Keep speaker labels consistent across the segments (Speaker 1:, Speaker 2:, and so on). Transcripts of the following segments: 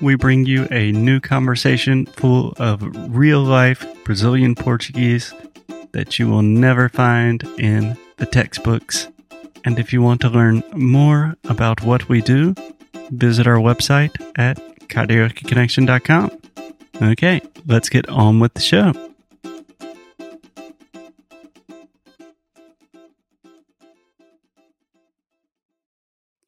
Speaker 1: we bring you a new conversation full of real life Brazilian Portuguese that you will never find in the textbooks. And if you want to learn more about what we do, visit our website at cariocaconnection.com. Okay, let's get on with the show.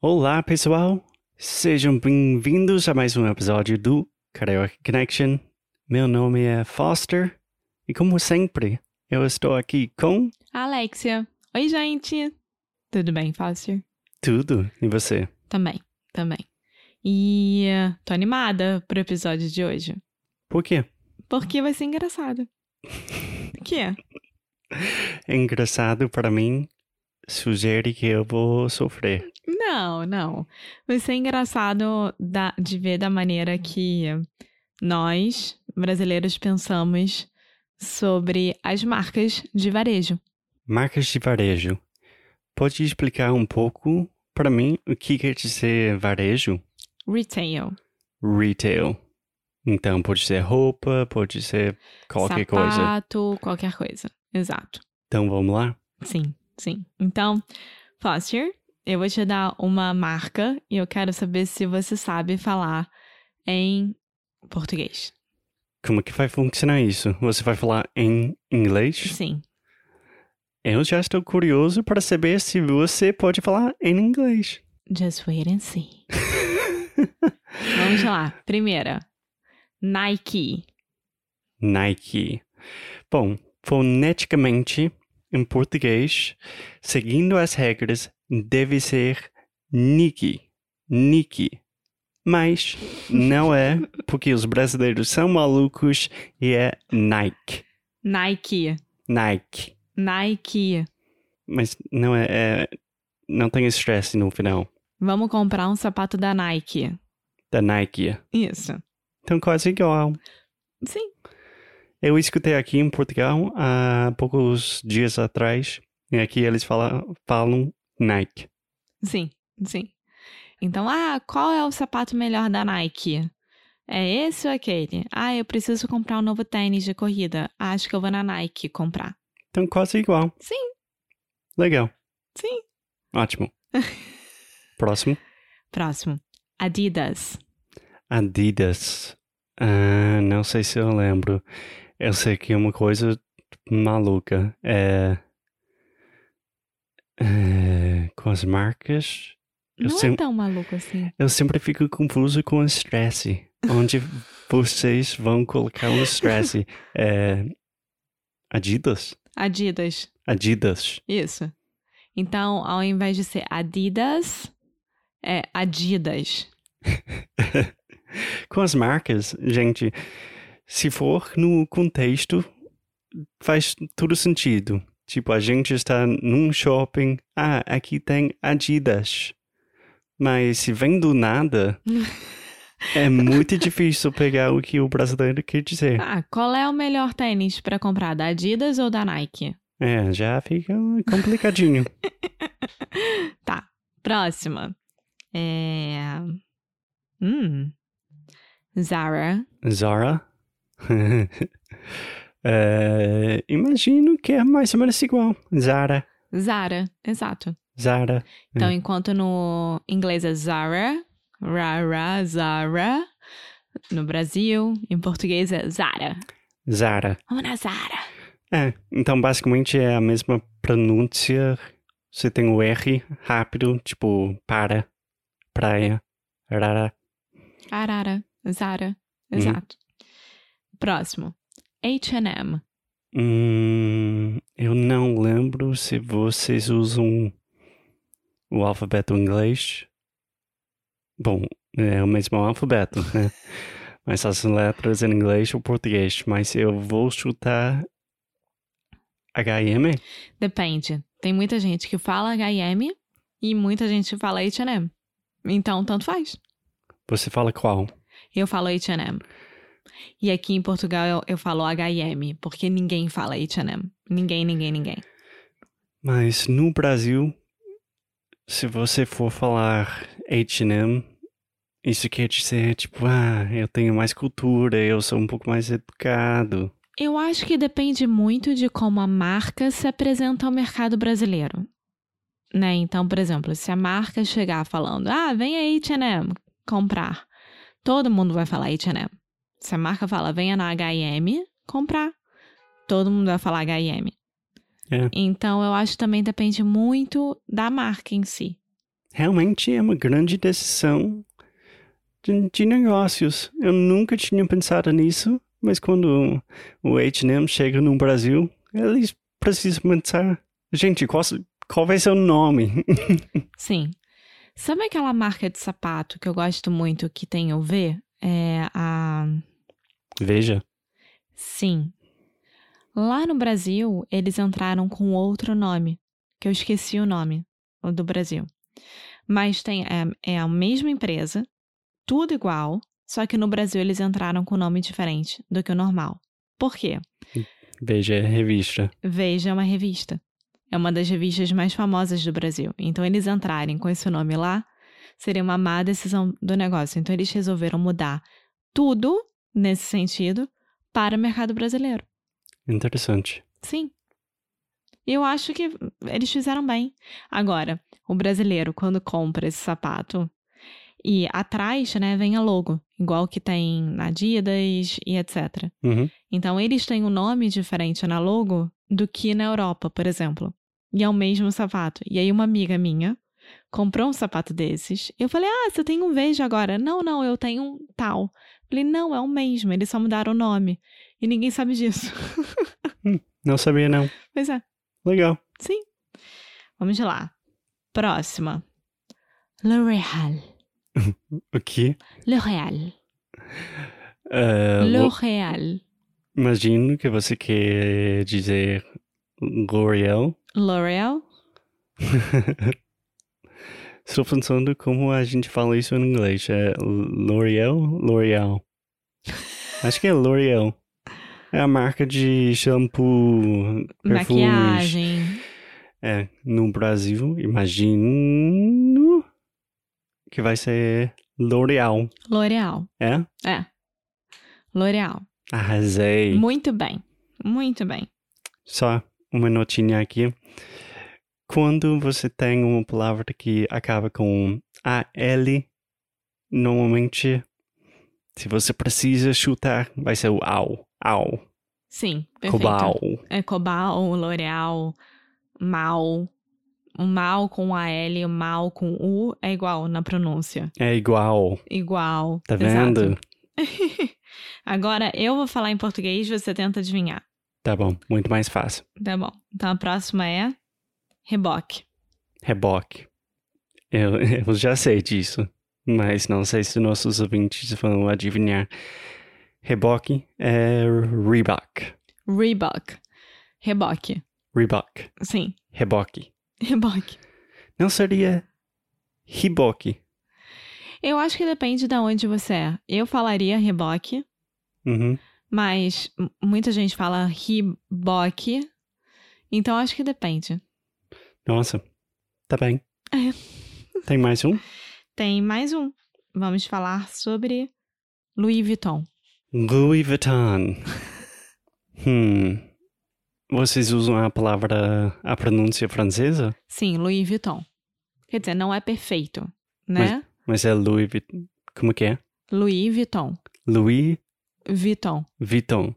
Speaker 1: Olá, pessoal! Sejam bem-vindos a mais um episódio do Carioca Connection. Meu nome é Foster e, como sempre, eu estou aqui com
Speaker 2: Alexia. Oi, gente. Tudo bem, Foster?
Speaker 1: tudo. E você?
Speaker 2: Também, também. E eh, tô animada pro episódio de hoje.
Speaker 1: Por quê?
Speaker 2: Porque vai ser engraçado. O quê?
Speaker 1: É engraçado para mim, sugere que eu vou sofrer.
Speaker 2: Não, não. Vai ser engraçado da- de ver da maneira
Speaker 1: Hum.
Speaker 2: que nós, brasileiros, pensamos sobre as marcas de varejo.
Speaker 1: Marcas de varejo. Pode explicar um pouco para mim o que quer dizer varejo?
Speaker 2: Retail.
Speaker 1: Retail. Então, pode ser roupa, pode ser qualquer coisa.
Speaker 2: sapato, qualquer coisa. Exato.
Speaker 1: Então, vamos lá?
Speaker 2: Sim, sim. Então, Foster, eu vou te dar uma marca e eu quero saber se você sabe falar em português.
Speaker 1: Como é que vai funcionar isso? Você vai falar em inglês?
Speaker 2: Sim.
Speaker 1: Eu já estou curioso para saber se você pode falar em inglês.
Speaker 2: Just wait and see. Vamos lá. Primeira. Nike.
Speaker 1: Nike. Bom, foneticamente, em português, seguindo as regras, deve ser Nike. Nike. Mas não é, porque os brasileiros são malucos e é Nike.
Speaker 2: Nike.
Speaker 1: Nike.
Speaker 2: Nike.
Speaker 1: Mas não é. é- não tem estresse no final
Speaker 2: Vamos comprar um sapato da Nike.
Speaker 1: da Nike.
Speaker 2: Isso.
Speaker 1: Então, quase igual.
Speaker 2: Sim.
Speaker 1: Eu escutei aqui em Portugal há poucos dias atrás, e aqui eles fala, falam Nike.
Speaker 2: Sim. Sim. Então, ah, qual é o sapato melhor da Nike? É esse ou aquele? Ah, eu preciso comprar um novo tênis de corrida. Ah, Acho que eu vou na Nike comprar.
Speaker 1: Então, quase igual.
Speaker 2: Sim.
Speaker 1: Legal.
Speaker 2: Sim.
Speaker 1: Ótimo. Próximo.
Speaker 2: Próximo. Adidas.
Speaker 1: Adidas. Ah, não sei se eu lembro. Eu sei que é uma coisa maluca. É. é, Com as marcas. Eu
Speaker 2: Não
Speaker 1: sei-
Speaker 2: é tão maluco assim.
Speaker 1: Eu sempre fico confuso com o stress. Onde vocês vão colocar o stress? É... Adidas?
Speaker 2: Adidas.
Speaker 1: Adidas.
Speaker 2: Isso. Então, ao invés de ser Adidas, é Adidas.
Speaker 1: com as marcas, gente, se for no contexto, faz todo sentido. Tipo, a gente está num shopping, ah, aqui tem Adidas. Mas se vem do nada, é muito difícil pegar o que o brasileiro quer dizer.
Speaker 2: Ah, qual é o melhor tênis pra comprar, da Adidas ou da Nike?
Speaker 1: É, já fica complicadinho.
Speaker 2: Tá. Próxima. É. Hum. Zara.
Speaker 1: Zara. É, imagino que é mais ou menos igual. Zara,
Speaker 2: Zara, exato.
Speaker 1: Zara.
Speaker 2: Então, enquanto no inglês é Zara, Rara, Zara, no Brasil, em português é Zara.
Speaker 1: Zara.
Speaker 2: Vamos na Zara.
Speaker 1: É, então basicamente é a mesma pronúncia. Você tem o R rápido, tipo para, praia, rara.
Speaker 2: Arara, Zara,
Speaker 1: Uhum.
Speaker 2: exato. Próximo. H&M.
Speaker 1: Hum, eu não lembro se vocês usam o alfabeto inglês. Bom, é o mesmo alfabeto, né? Mas as letras em inglês ou português. Mas eu vou chutar HM?
Speaker 2: Depende. Tem muita gente que fala H&M e muita gente que fala H&M. Então, tanto faz.
Speaker 1: Você fala qual?
Speaker 2: Eu falo H&M. E aqui em Portugal eu, eu falo H&M, porque ninguém fala H&M. Ninguém, ninguém, ninguém.
Speaker 1: Mas no Brasil, se você for falar HM, isso quer dizer tipo, ah, eu tenho mais cultura, eu sou um pouco mais educado.
Speaker 2: Eu acho que depende muito de como a marca se apresenta ao mercado brasileiro. Né? Então, por exemplo, se a marca chegar falando, ah, vem a H&M comprar, todo mundo vai falar H&M. Se a marca fala, venha na H&M comprar, todo mundo vai falar H&M.
Speaker 1: É.
Speaker 2: Então, eu acho que também depende muito da marca em si.
Speaker 1: Realmente é uma grande decisão de, de negócios. Eu nunca tinha pensado nisso, mas quando o H&M chega no Brasil, eles precisam pensar, gente, qual, qual vai ser o nome?
Speaker 2: Sim. Sabe aquela marca de sapato que eu gosto muito, que tem o V? É a...
Speaker 1: Veja.
Speaker 2: Sim. Lá no Brasil, eles entraram com outro nome, que eu esqueci o nome o do Brasil. Mas tem é, é a mesma empresa, tudo igual, só que no Brasil eles entraram com nome diferente do que o normal. Por quê?
Speaker 1: Veja é revista.
Speaker 2: Veja é uma revista. É uma das revistas mais famosas do Brasil. Então eles entrarem com esse nome lá seria uma má decisão do negócio. Então eles resolveram mudar tudo nesse sentido para o mercado brasileiro.
Speaker 1: Interessante.
Speaker 2: Sim. Eu acho que eles fizeram bem. Agora, o brasileiro, quando compra esse sapato, e atrás, né, vem a logo, igual que tem na Adidas e etc.
Speaker 1: Uhum.
Speaker 2: Então, eles têm um nome diferente na logo do que na Europa, por exemplo. E é o mesmo sapato. E aí, uma amiga minha comprou um sapato desses. Eu falei, ah, você tem um Veja agora. Não, não, eu tenho um tal. Eu falei, não, é o mesmo, eles só mudaram o nome. E ninguém sabe disso.
Speaker 1: Não sabia, não.
Speaker 2: pois é,
Speaker 1: Legal.
Speaker 2: sim. Vamos lá. Próxima. L'Oréal.
Speaker 1: O que?
Speaker 2: L'Oréal.
Speaker 1: Ah, lo-
Speaker 2: L'Oréal.
Speaker 1: imagino que você quer dizer L'Oreal.
Speaker 2: L'Oréal.
Speaker 1: Estou pensando como a gente fala isso em inglês. É L'Oreal? L'Oreal. Acho que é L'Oreal. É a marca de shampoo, perfumes.
Speaker 2: Maquiagem.
Speaker 1: É, no Brasil, imagino que vai ser L'Oreal,
Speaker 2: L'Oréal.
Speaker 1: é?
Speaker 2: É. L'Oréal.
Speaker 1: Arrasei.
Speaker 2: Muito bem. Muito bem.
Speaker 1: Só uma notinha aqui. Quando você tem uma palavra que acaba com AL, normalmente, se você precisa chutar, vai ser o AU. AU.
Speaker 2: Sim, perfeito.
Speaker 1: Cobal.
Speaker 2: É Cobal, L'Oréal, Mal. O mal com AL, o mal com U é igual na pronúncia.
Speaker 1: É igual.
Speaker 2: Igual.
Speaker 1: Tá
Speaker 2: Exato.
Speaker 1: vendo?
Speaker 2: Agora eu vou falar em português, você tenta adivinhar.
Speaker 1: Tá bom, muito mais fácil.
Speaker 2: Tá bom. Então a próxima é reboque.
Speaker 1: Reboque. Eu, eu já sei disso, mas não sei se nossos ouvintes vão adivinhar. Reboque é Reebok.
Speaker 2: Reboque. Reboque.
Speaker 1: Reebok.
Speaker 2: Sim,
Speaker 1: Reboque.
Speaker 2: reboque.
Speaker 1: Não seria Riboque.
Speaker 2: Eu acho que depende de onde você é. Eu falaria reboque,
Speaker 1: Uhum.
Speaker 2: Mas m- muita gente fala riboque. Então acho que depende.
Speaker 1: Nossa, tá bem. Tem mais um?
Speaker 2: Tem mais um. Vamos falar sobre Louis Vuitton.
Speaker 1: Louis Vuitton. Hum. Vocês usam a palavra, a pronúncia francesa?
Speaker 2: Sim, Louis Vuitton. Quer dizer, não é perfeito, né?
Speaker 1: Mas é Louis Vuitton. Como que é?
Speaker 2: Louis Vuitton.
Speaker 1: Louis
Speaker 2: Vuitton.
Speaker 1: Vuitton.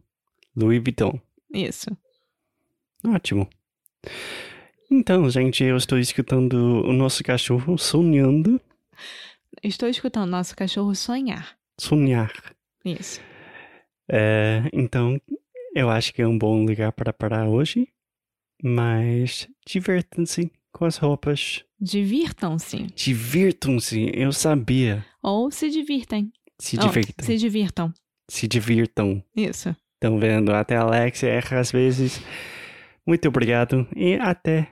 Speaker 1: Louis Vuitton.
Speaker 2: Isso.
Speaker 1: Ótimo. Então, gente, eu estou escutando o nosso cachorro sonhando.
Speaker 2: Estou escutando nosso cachorro sonhar.
Speaker 1: Sonhar.
Speaker 2: Isso.
Speaker 1: É, então, eu acho que é um bom lugar para parar hoje. Mas divirtam-se com as roupas.
Speaker 2: Divirtam-se.
Speaker 1: Divirtam-se, eu sabia.
Speaker 2: Ou se divirtem.
Speaker 1: Se
Speaker 2: Oh,
Speaker 1: divirtam.
Speaker 2: se divirtam.
Speaker 1: Se divirtam.
Speaker 2: Isso.
Speaker 1: Estão vendo? Até a Alex erra às vezes. Muito obrigado e até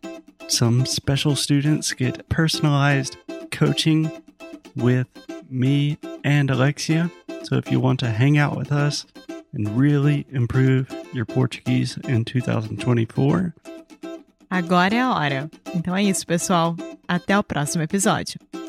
Speaker 1: Some special students get personalized coaching with me and Alexia. So if you want to hang out with us and really improve your Portuguese in 2024,
Speaker 2: Agora é a hora. Então é isso, pessoal. Até o próximo episódio.